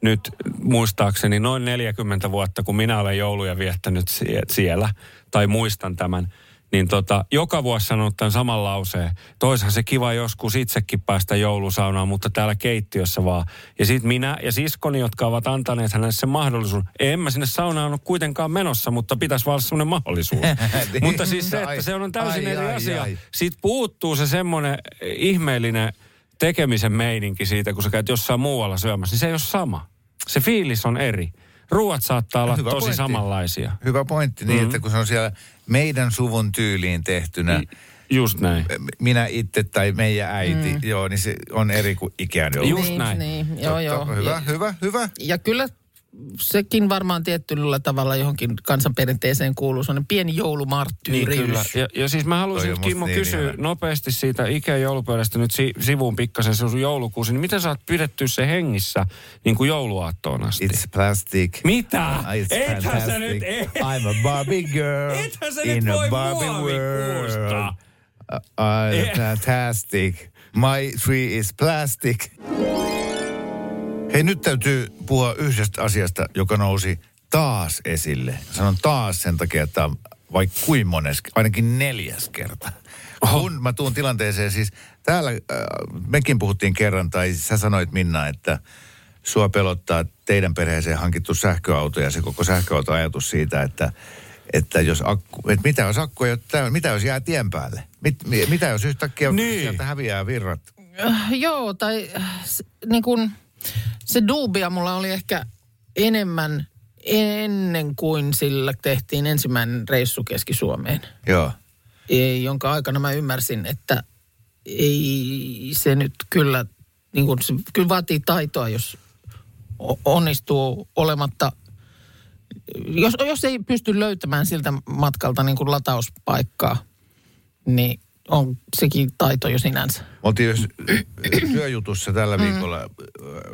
[SPEAKER 6] nyt muistaakseni noin 40 vuotta, kun minä olen jouluja viettänyt sie- siellä, tai muistan tämän, niin tota, joka vuosi sanonut tämän saman lauseen. Toishan se kiva joskus itsekin päästä joulusaunaan, mutta täällä keittiössä vaan. Ja sitten minä ja siskoni, jotka ovat antaneet hänelle sen mahdollisuuden. En mä sinne saunaan ole kuitenkaan menossa, mutta pitäisi vaan olla semmoinen mahdollisuus.
[SPEAKER 3] (laughs) Niin.
[SPEAKER 6] mutta siis se,
[SPEAKER 3] Ai,
[SPEAKER 6] että se on täysin
[SPEAKER 3] ai,
[SPEAKER 6] eri
[SPEAKER 3] ai,
[SPEAKER 6] asia.
[SPEAKER 3] ai.
[SPEAKER 6] Siitä puuttuu se semmoinen ihmeellinen tekemisen meininki siitä, kun sä käyt jossain muualla syömässä, niin se ei ole sama. Se fiilis on eri. Ruuat saattaa olla
[SPEAKER 3] Hyvä
[SPEAKER 6] tosi
[SPEAKER 3] pointti.
[SPEAKER 6] samanlaisia.
[SPEAKER 3] Hyvä pointti, niin mm-hmm. että kun se on siellä meidän suvun tyyliin tehtynä, mm.
[SPEAKER 6] Niin, Just näin.
[SPEAKER 3] minä itse tai meidän äiti, mm. joo, niin se on eri kuin ikään joulu.
[SPEAKER 6] Just
[SPEAKER 2] niin,
[SPEAKER 6] näin.
[SPEAKER 2] Niin, joo, joo.
[SPEAKER 3] Hyvä,
[SPEAKER 2] Ja,
[SPEAKER 3] hyvä, hyvä.
[SPEAKER 2] ja kyllä sekin varmaan tietyllä tavalla johonkin kansanperinteeseen kuuluu sellainen pieni
[SPEAKER 6] Niin
[SPEAKER 2] joulumarttyyriys.
[SPEAKER 6] kyllä. Ja, ja siis mä haluaisin
[SPEAKER 3] Toi on
[SPEAKER 6] nyt
[SPEAKER 3] musta
[SPEAKER 6] Kimmo
[SPEAKER 3] niin
[SPEAKER 6] kysyä
[SPEAKER 3] ihana.
[SPEAKER 6] nopeasti siitä ikä joulupöydästä nyt si, sivuun pikkasen se sun joulukuusi. Niin miten sä oot pidetty se hengissä niin kuin jouluaattoon asti?
[SPEAKER 3] It's plastic.
[SPEAKER 6] Mitä?
[SPEAKER 3] Ah, It's
[SPEAKER 6] Ethän sä (laughs) nyt,
[SPEAKER 3] fantastic.
[SPEAKER 6] et,
[SPEAKER 3] I'm a Barbie girl
[SPEAKER 6] Ethän sä
[SPEAKER 3] in
[SPEAKER 6] nyt
[SPEAKER 3] a
[SPEAKER 6] voi
[SPEAKER 3] Barbie world.
[SPEAKER 6] muovikuusta.
[SPEAKER 3] Uh, I'm fantastic. My tree is plastic. Hei, nyt täytyy puhua yhdestä asiasta, joka nousi taas esille. Sanon taas sen takia, että on vaikka kuin mones, ainakin neljäs kerta. Kun mä tuun tilanteeseen, siis täällä äh, mekin puhuttiin kerran, tai sä sanoit Minna, että sua pelottaa teidän perheeseen hankittu sähköauto ja se koko sähköautoajatus siitä, että, että jos akku, että mitä jos akku ei ole täynnä, mitä jos jää tien päälle? Mit, mi- mitä jos yhtäkkiä niin.
[SPEAKER 6] Niin.
[SPEAKER 3] sieltä häviää virrat?
[SPEAKER 2] Äh, joo, tai äh, s- niin kun, se duubia mulla oli ehkä enemmän ennen kuin sillä tehtiin ensimmäinen reissu Keski-Suomeen,
[SPEAKER 3] Joo.
[SPEAKER 2] e- jonka aikana mä ymmärsin, että ei se nyt kyllä, niin kun, se kyllä vaatii taitoa, jos o- onnistuu olematta, jos, jos ei pysty löytämään siltä matkalta niin kuin latauspaikkaa, niin on sekin taito jo sinänsä.
[SPEAKER 3] Me oltiin yhdessä työjutussa tällä viikolla,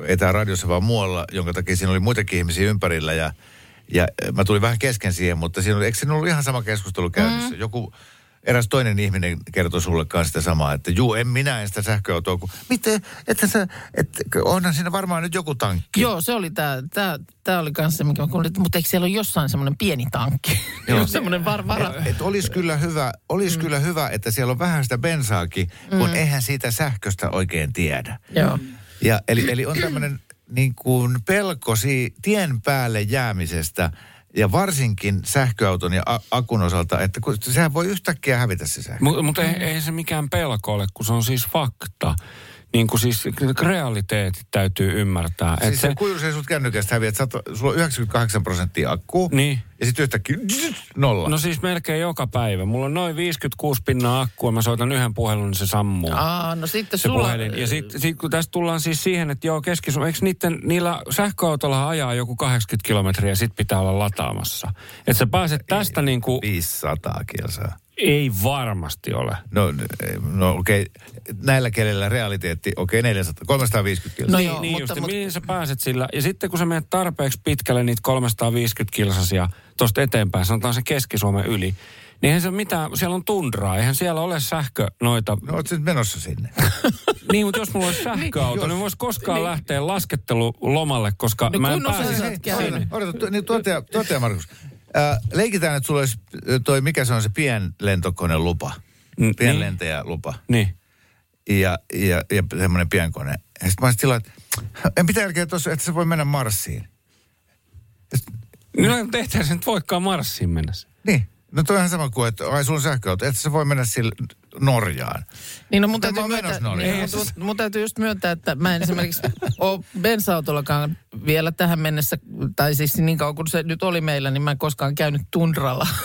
[SPEAKER 3] etää radiossa vaan muualla, jonka takia siinä oli muitakin ihmisiä ympärillä ja, ja mä tulin vähän kesken siihen, mutta siinä oli, eikö siinä ollut ihan sama keskustelu käynnissä? Joku, eräs toinen ihminen kertoi sulle kanssa sitä samaa, että juu, en minä en sitä sähköautoa, kun miten, että sä, et, onhan siinä varmaan nyt joku tankki.
[SPEAKER 2] Joo, se oli tämä, tää, tää oli kanssa se, mikä mä kuulin, että- mutta eikö siellä ole jossain semmoinen pieni tankki? (laughs) Joo. semmoinen var, vara.
[SPEAKER 3] Et, et olisi kyllä, hyvä, olis mm. kyllä hyvä, että siellä on vähän sitä bensaakin, kun mm. eihän siitä sähköstä oikein tiedä.
[SPEAKER 2] Joo.
[SPEAKER 3] Ja, eli, eli on tämmöinen niin kuin pelko si- tien päälle jäämisestä ja varsinkin sähköauton ja a- akun osalta, että kun, sehän voi yhtäkkiä hävitä se sähkö.
[SPEAKER 6] Mutta mut ei, ei se mikään pelko ole, kun se on siis fakta. niin kuin siis realiteetit täytyy ymmärtää.
[SPEAKER 3] Siis se, kuivuus ei sut kännykästä häviä, että sä oot- sulla on 98 prosenttia akkuu.
[SPEAKER 6] Niin.
[SPEAKER 3] Ja sitten yhtäkkiä nolla.
[SPEAKER 6] No siis melkein joka päivä. Mulla on noin 56 pinnaa akkua, mä soitan yhden puhelun, niin se sammuu.
[SPEAKER 2] Aa, no sitten
[SPEAKER 6] se
[SPEAKER 2] sulla...
[SPEAKER 6] puhelin. Ja sitten sit, kun tästä tullaan siis siihen, että joo, keski eikö niitten, niillä sähköautolla ajaa joku 80 kilometriä ja sit pitää olla lataamassa. Että sä pääset tästä niin kuin,
[SPEAKER 3] 500 kilsaa.
[SPEAKER 6] ei varmasti ole.
[SPEAKER 3] No, no okei, okay. näillä kelillä realiteetti, okei, okay, 400, 350 kilsaa.
[SPEAKER 2] No
[SPEAKER 3] No,
[SPEAKER 6] niin,
[SPEAKER 2] joo,
[SPEAKER 6] niin
[SPEAKER 2] mutta-
[SPEAKER 6] just,
[SPEAKER 2] mutta-
[SPEAKER 6] mutta, mihin sä pääset sillä. Ja sitten kun sä menet tarpeeksi pitkälle niitä 350 kilsasia tuosta eteenpäin, sanotaan se Keski-Suomen yli, niin eihän se ole mitään, siellä on tundraa, eihän siellä ole sähkö noita.
[SPEAKER 3] no oot sä nyt menossa sinne.
[SPEAKER 6] (laughs) Niin, mutta jos mulla olisi sähköauto, niin, vois koskaan lähteä laskettelulomalle, koska
[SPEAKER 2] No
[SPEAKER 6] mä en
[SPEAKER 2] kun osaa
[SPEAKER 6] pääse
[SPEAKER 2] sä
[SPEAKER 3] Hei,
[SPEAKER 2] et käynyt.
[SPEAKER 3] odota, Odota, tu- niin tuottaja, tuottaja Markus. Äh, leikitään, että sulla olisi ö, toi, mikä se on se pienlentokone lupa.
[SPEAKER 6] Mm,
[SPEAKER 3] Pienlentäjä lupa.
[SPEAKER 6] Niin.
[SPEAKER 3] Ja, ja, ja semmoinen pienkone. Ja sitten mä olisin tilaan, että en pitää jälkeen tuossa, että se voi mennä Marsiin.
[SPEAKER 6] No tehtäisiin se nyt voikaan Marsiin mennä.
[SPEAKER 3] Niin. No toi on ihan sama kuin, että ai sulla on sähköauto, että se voi mennä sille Norjaan.
[SPEAKER 6] (laughs)
[SPEAKER 2] Niin no mun
[SPEAKER 3] Mutta
[SPEAKER 2] täytyy,
[SPEAKER 3] mä oon
[SPEAKER 2] myöntää,
[SPEAKER 3] menossa Norjaan.
[SPEAKER 2] niin, mun, tu- mun täytyy just myöntää, että mä en esimerkiksi ole bensa-autollakaan vielä tähän mennessä, tai siis niin kauan kuin se nyt oli meillä, niin mä en koskaan käynyt tundralla. (laughs)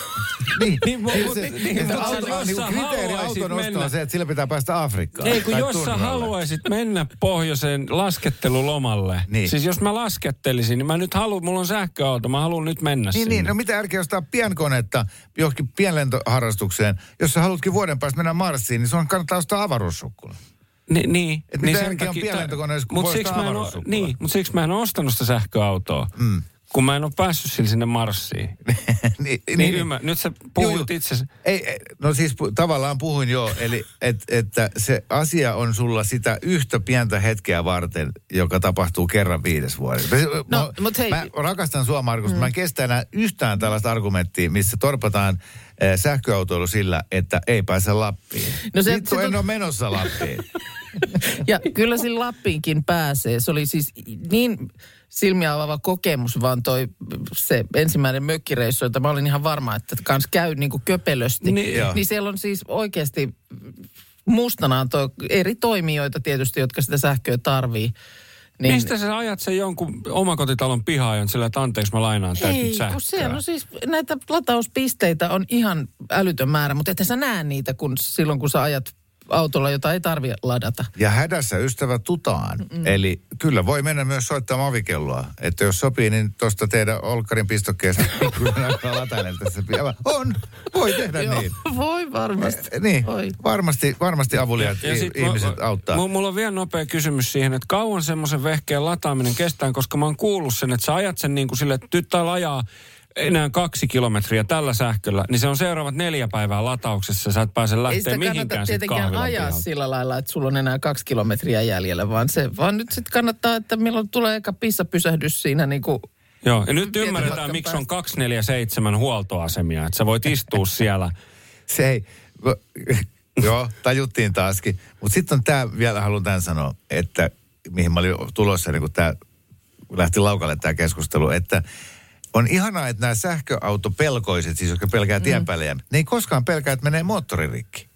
[SPEAKER 3] Niin,
[SPEAKER 6] Niin, mu-
[SPEAKER 3] Ei
[SPEAKER 6] mut-
[SPEAKER 3] se-
[SPEAKER 6] niin,
[SPEAKER 3] ei se
[SPEAKER 6] mutta
[SPEAKER 3] auto-
[SPEAKER 6] jos
[SPEAKER 3] niinku
[SPEAKER 6] sä
[SPEAKER 3] Kriteeri
[SPEAKER 6] haluaisit
[SPEAKER 3] auton ostoa
[SPEAKER 6] mennä-
[SPEAKER 3] on se, että sillä pitää päästä Afrikkaan.
[SPEAKER 6] Ei, kun
[SPEAKER 3] tai
[SPEAKER 6] jos sä
[SPEAKER 3] Turnalle.
[SPEAKER 6] haluaisit mennä pohjoiseen laskettelulomalle.
[SPEAKER 3] Niin.
[SPEAKER 6] Siis jos mä laskettelisin, niin mä nyt haluan, mulla on sähköauto, mä haluan nyt mennä
[SPEAKER 3] Niin,
[SPEAKER 6] sinne.
[SPEAKER 3] niin. No mitä järkeä ostaa pienkonetta johonkin pienlentoharrastukseen? Jos sä haluatkin vuoden päästä mennä Marsiin, niin sun kannattaa ostaa avaruussukkula.
[SPEAKER 6] Ni, niin.
[SPEAKER 3] Et mitä järkeä on pienlentokoneessa, kun voi
[SPEAKER 6] Mutta siksi,
[SPEAKER 3] ostaa
[SPEAKER 6] mä en oo-
[SPEAKER 3] avaruussuklaa?
[SPEAKER 6] niin, mut siksi mä en ole ostanut sitä sähköautoa, mm. kun mä en ole päässyt sillä sinne Marsiin.
[SPEAKER 3] niin,
[SPEAKER 6] niin, ymmär, nyt sä
[SPEAKER 3] Juu, juu.
[SPEAKER 6] puhut itse
[SPEAKER 3] Ei, ei, no siis pu- tavallaan puhuin jo, eli et, että se asia on sulla sitä yhtä pientä hetkeä varten, joka tapahtuu kerran viides vuodessa. Siis,
[SPEAKER 2] No, mut hei-
[SPEAKER 3] Mä rakastan sua, Markus, mm. mä en kestä enää yhtään tällaista argumenttia, missä torpataan eh, sähköautoilu sillä, että ei pääse Lappiin.
[SPEAKER 2] No
[SPEAKER 3] No
[SPEAKER 2] se-
[SPEAKER 3] se, Vittu,
[SPEAKER 2] se
[SPEAKER 3] se, en
[SPEAKER 2] tut-
[SPEAKER 3] ole menossa Lappiin.
[SPEAKER 2] Ja kyllä sillä Lappiinkin pääsee. Se oli siis niin silmiä avaava kokemus, vaan toi se ensimmäinen mökkireissu, jota mä olin ihan varma, että kans käy niin kuin köpelösti.
[SPEAKER 6] Niin,
[SPEAKER 3] joo.
[SPEAKER 2] niin siellä on siis oikeasti mustanaan toi eri toimijoita tietysti, jotka sitä sähköä tarvii.
[SPEAKER 6] Niin. Mistä sä ajat sen jonkun omakotitalon pihaan sillä, että anteeksi mä lainaan täältä nyt
[SPEAKER 2] Ei,
[SPEAKER 6] sähköä?
[SPEAKER 2] kun siellä on siis näitä latauspisteitä on ihan älytön määrä, mutta et sä näe niitä kun, silloin, kun sä ajat autolla, jota ei tarvi ladata. (laughs)
[SPEAKER 3] Ja hädässä ystävä tutaan. Mm. Eli kyllä voi mennä myös soittamaan avikelloa. Että jos sopii, niin tuosta teidän olkarin pistokkeesta (laughs) pikkuisen aikaa latailen tässä. pian. On, voi tehdä
[SPEAKER 2] Joo,
[SPEAKER 3] niin.
[SPEAKER 2] voi varmasti.
[SPEAKER 3] Niin,
[SPEAKER 2] Voi.
[SPEAKER 3] varmasti, varmasti avuliaat
[SPEAKER 6] Ja sit
[SPEAKER 3] i- ihmiset
[SPEAKER 6] mu-
[SPEAKER 3] auttaa.
[SPEAKER 6] mu- Mulla on vielä nopea kysymys siihen, että kauan semmoisen vehkeen lataaminen kestää, koska mä oon kuullut sen, että sä ajat sen niin kuin sille, että nyt täällä ajaa enää kaksi kilometriä tällä sähköllä, niin se on seuraavat neljä päivää latauksessa, sä et pääse
[SPEAKER 2] Ei sitä
[SPEAKER 6] lähteä
[SPEAKER 2] kannata
[SPEAKER 6] mihinkään sit
[SPEAKER 2] tietenkään
[SPEAKER 6] kahvilan
[SPEAKER 2] ajaa
[SPEAKER 6] pihalle.
[SPEAKER 2] sillä lailla, että sulla on enää kaksi kilometriä jäljellä, vaan se vaan nyt sitten kannattaa, että milloin tulee eka pissapysähdys siinä niin kuin,
[SPEAKER 6] Joo, ja nyt
[SPEAKER 2] Tietyn
[SPEAKER 6] ymmärretään,
[SPEAKER 2] matkan
[SPEAKER 6] miksi
[SPEAKER 2] päästä.
[SPEAKER 6] on 247 huoltoasemia, että sä voit
[SPEAKER 2] (laughs)
[SPEAKER 6] istua siellä.
[SPEAKER 3] Se ei, joo, tajuttiin taaskin. Mutta sitten on tämä, vielä haluan tämän sanoa, että mihin mä olin tulossa, niin kun tämä lähti laukalle tämä keskustelu, että on ihanaa, että nämä sähköautopelkoiset, siis jotka pelkää
[SPEAKER 2] Mm.
[SPEAKER 3] tien päälle, jäämistä, ne ei koskaan pelkää, että menee moottoririkki.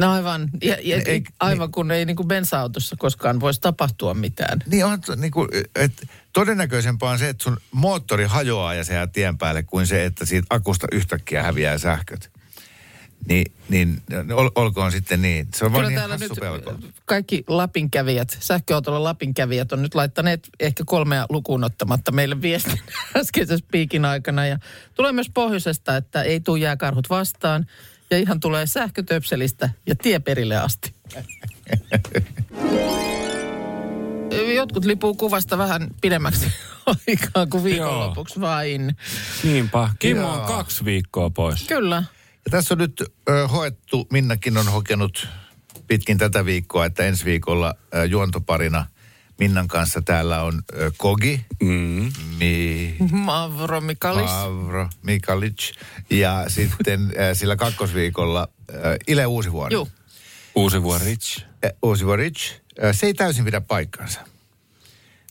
[SPEAKER 2] no aivan, ja, ja,
[SPEAKER 3] Ei-
[SPEAKER 2] aivan kun ei niin kuin bensa-autossa koskaan voisi tapahtua mitään.
[SPEAKER 3] Niin on, to- niin kuin, et, todennäköisempää on se, että sun moottori hajoaa ja se jää tien päälle, kuin se, että siitä akusta yhtäkkiä häviää sähköt. Niin, niin ol, olkoon sitten niin. Se on vaan
[SPEAKER 2] Kyllä
[SPEAKER 3] niin
[SPEAKER 2] täällä
[SPEAKER 3] hassu
[SPEAKER 2] nyt
[SPEAKER 3] pelko.
[SPEAKER 2] kaikki Lapin kävijät, sähköautolla Lapin kävijät on nyt laittaneet ehkä kolmea lukuun ottamatta meille viestin (laughs) äskeisessä piikin aikana. Ja tulee myös pohjoisesta, että ei tule jääkarhut vastaan ja ihan tulee sähkötöpselistä ja tie perille asti. (laughs) Jotkut lipuu kuvasta vähän pidemmäksi (laughs) aikaa kuin viikonlopuksi vain.
[SPEAKER 6] Niinpä, Kimmo
[SPEAKER 3] Joo.
[SPEAKER 6] on kaksi viikkoa pois.
[SPEAKER 2] Kyllä.
[SPEAKER 3] Ja tässä on nyt ö, hoettu, Minnakin on hokenut pitkin tätä viikkoa, että ensi viikolla ö, juontoparina Minnan kanssa täällä on ö, Kogi, mm. mi,
[SPEAKER 2] Mavro Mikalis.
[SPEAKER 3] Pavro, Mikalic ja sitten ö, sillä kakkosviikolla ö, Ile Uusivuori.
[SPEAKER 2] Juu.
[SPEAKER 6] Uusi vuosi Rich.
[SPEAKER 3] Uusivoric. Se ei täysin pidä paikkaansa.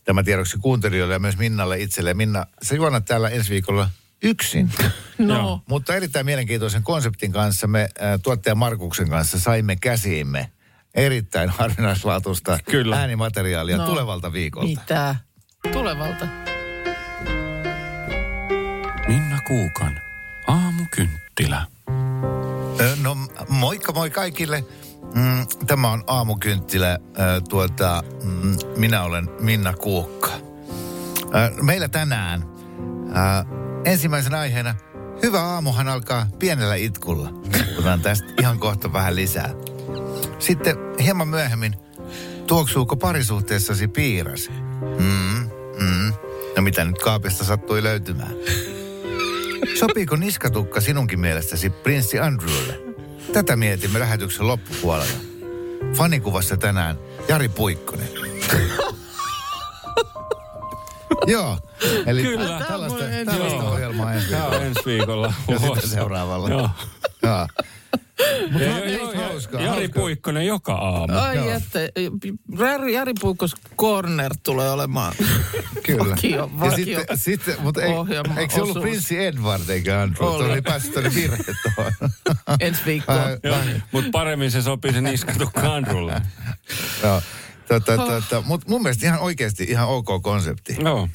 [SPEAKER 3] Tämä tiedoksi kuuntelijoille ja myös Minnalle itselleen. Minna, sä juonat täällä ensi viikolla yksin,
[SPEAKER 2] No.
[SPEAKER 6] Joo.
[SPEAKER 3] mutta erittäin mielenkiintoisen konseptin kanssa me äh, tuottaja Markuksen kanssa saimme käsiimme erittäin harvinaislaatuista
[SPEAKER 6] Kyllä.
[SPEAKER 3] äänimateriaalia
[SPEAKER 2] No.
[SPEAKER 3] tulevalta viikolta.
[SPEAKER 2] Mitä? Tulevalta.
[SPEAKER 6] Minna Kuukan aamukynttilä.
[SPEAKER 3] Ö, No moikka moi kaikille. Mm, Tämä on aamukynttilä. Ö, Tuota, mm, minä olen Minna Kuokka. Ö, Meillä tänään ö, ensimmäisenä aiheena Hyvä aamuhan alkaa pienellä itkulla. Otan tästä ihan kohta vähän lisää. Sitten hieman myöhemmin, tuoksuuko parisuhteessasi piiras? Mm, mm. No mitä nyt kaapista sattui
[SPEAKER 6] (laughs)
[SPEAKER 3] löytymään? Sopiiko niskatukka sinunkin mielestäsi prinssi Andrewlle? Tätä mietimme lähetyksen loppupuolella. Fanikuvassa tänään Jari Puikkonen.
[SPEAKER 6] (laughs)
[SPEAKER 3] Joo, eli
[SPEAKER 6] Kyllä. Tämä on
[SPEAKER 3] tällaista,
[SPEAKER 2] mulle ensi
[SPEAKER 3] tällaista
[SPEAKER 6] viikolla.
[SPEAKER 3] ohjelmaa ensi
[SPEAKER 6] Tämä
[SPEAKER 3] viikolla.
[SPEAKER 6] on ensi viikolla.
[SPEAKER 3] (laughs) Ja sitten seuraavalla.
[SPEAKER 6] Joo.
[SPEAKER 3] Joo.
[SPEAKER 6] Ja,
[SPEAKER 3] Mutta
[SPEAKER 6] ja, ja,
[SPEAKER 3] hauskaa.
[SPEAKER 6] Jari
[SPEAKER 3] hauskaa.
[SPEAKER 6] Puikkonen joka aamu.
[SPEAKER 2] Ai
[SPEAKER 3] Joo.
[SPEAKER 2] että, eh, Jari, Jari Puukos Corner tulee olemaan.
[SPEAKER 3] Kyllä.
[SPEAKER 2] Vakio,
[SPEAKER 3] ja
[SPEAKER 2] vakio.
[SPEAKER 3] sitten, sitten mutta ei,
[SPEAKER 2] ohjelma-
[SPEAKER 3] eikö se ollut
[SPEAKER 2] osuus.
[SPEAKER 3] prinssi Edward eikä Andrew?
[SPEAKER 2] Oli.
[SPEAKER 3] Tuo oli päässyt tuonne virhe
[SPEAKER 2] (laughs)
[SPEAKER 3] tuohon.
[SPEAKER 2] Ensi viikkoon.
[SPEAKER 3] Ai, eh. ai,
[SPEAKER 6] Mutta paremmin se sopii sen niskatukka Andrulle.
[SPEAKER 3] Joo. Tota, tota, mutta mun mielestä ihan oikeasti ihan ok konsepti.
[SPEAKER 6] Joo.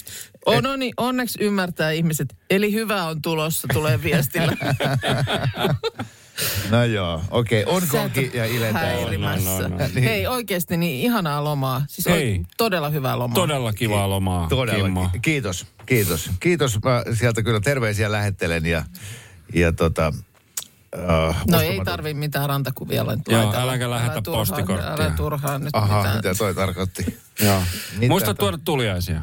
[SPEAKER 2] Oh, no niin, onneksi ymmärtää ihmiset. Eli hyvä on tulossa, tulee viestillä.
[SPEAKER 3] No joo, okei. Okay. On
[SPEAKER 2] Sä et
[SPEAKER 3] konki
[SPEAKER 2] ole
[SPEAKER 3] ja iletään.
[SPEAKER 2] häirimässä.
[SPEAKER 6] No, no, no, no.
[SPEAKER 3] Niin.
[SPEAKER 2] Hei oikeasti, niin ihanaa lomaa. Siis
[SPEAKER 6] Ei.
[SPEAKER 2] on todella hyvää lomaa.
[SPEAKER 6] Todella kivaa lomaa, Kimmo.
[SPEAKER 3] Todella. ki- Kiitos, kiitos. Kiitos. Mä sieltä kyllä terveisiä lähettelen ja, ja tota... Uh,
[SPEAKER 2] No ei tarvi mitään rantakuvia laittaa.
[SPEAKER 6] Joo,
[SPEAKER 2] laitella.
[SPEAKER 6] äläkä lähetä
[SPEAKER 2] Älä turhaan-
[SPEAKER 6] postikorttia.
[SPEAKER 2] Älä turhaan nyt
[SPEAKER 3] Aha,
[SPEAKER 2] mitään.
[SPEAKER 3] mitä toi tarkoitti?
[SPEAKER 6] Joo.
[SPEAKER 3] Mitä
[SPEAKER 6] Muista
[SPEAKER 3] toi-
[SPEAKER 6] tuoda tuliaisia.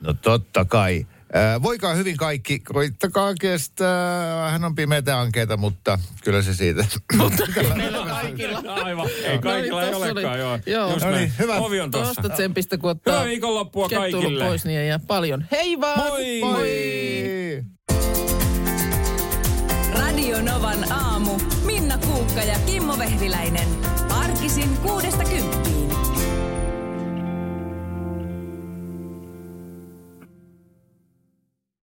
[SPEAKER 3] No totta kai. Äh, voikaa hyvin kaikki, koittakaa kestää. Vähän on pimeitä ankeita, mutta kyllä se siitä. (laughs) Mutta
[SPEAKER 2] Meillä on kaikilla.
[SPEAKER 6] Aivan.
[SPEAKER 3] niin,
[SPEAKER 6] Ei kaikilla ei
[SPEAKER 2] tossa
[SPEAKER 6] olekaan,
[SPEAKER 2] No niin, oli.
[SPEAKER 6] joo.
[SPEAKER 2] Joo.
[SPEAKER 6] Just
[SPEAKER 3] No niin,
[SPEAKER 6] näin.
[SPEAKER 3] hyvä.
[SPEAKER 6] Ovi on tossa.
[SPEAKER 2] Tuosta tsempistä, kun ottaa
[SPEAKER 6] Hyvää viikonloppua
[SPEAKER 2] kettuilu
[SPEAKER 6] kaikille.
[SPEAKER 2] pois, niin ei jää paljon. Hei vaan!
[SPEAKER 6] Moi!
[SPEAKER 3] Moi!
[SPEAKER 1] Radio Novan aamu. Minna Kuukka ja Kimmo Vehviläinen. Arkisin kuudesta kymppiin.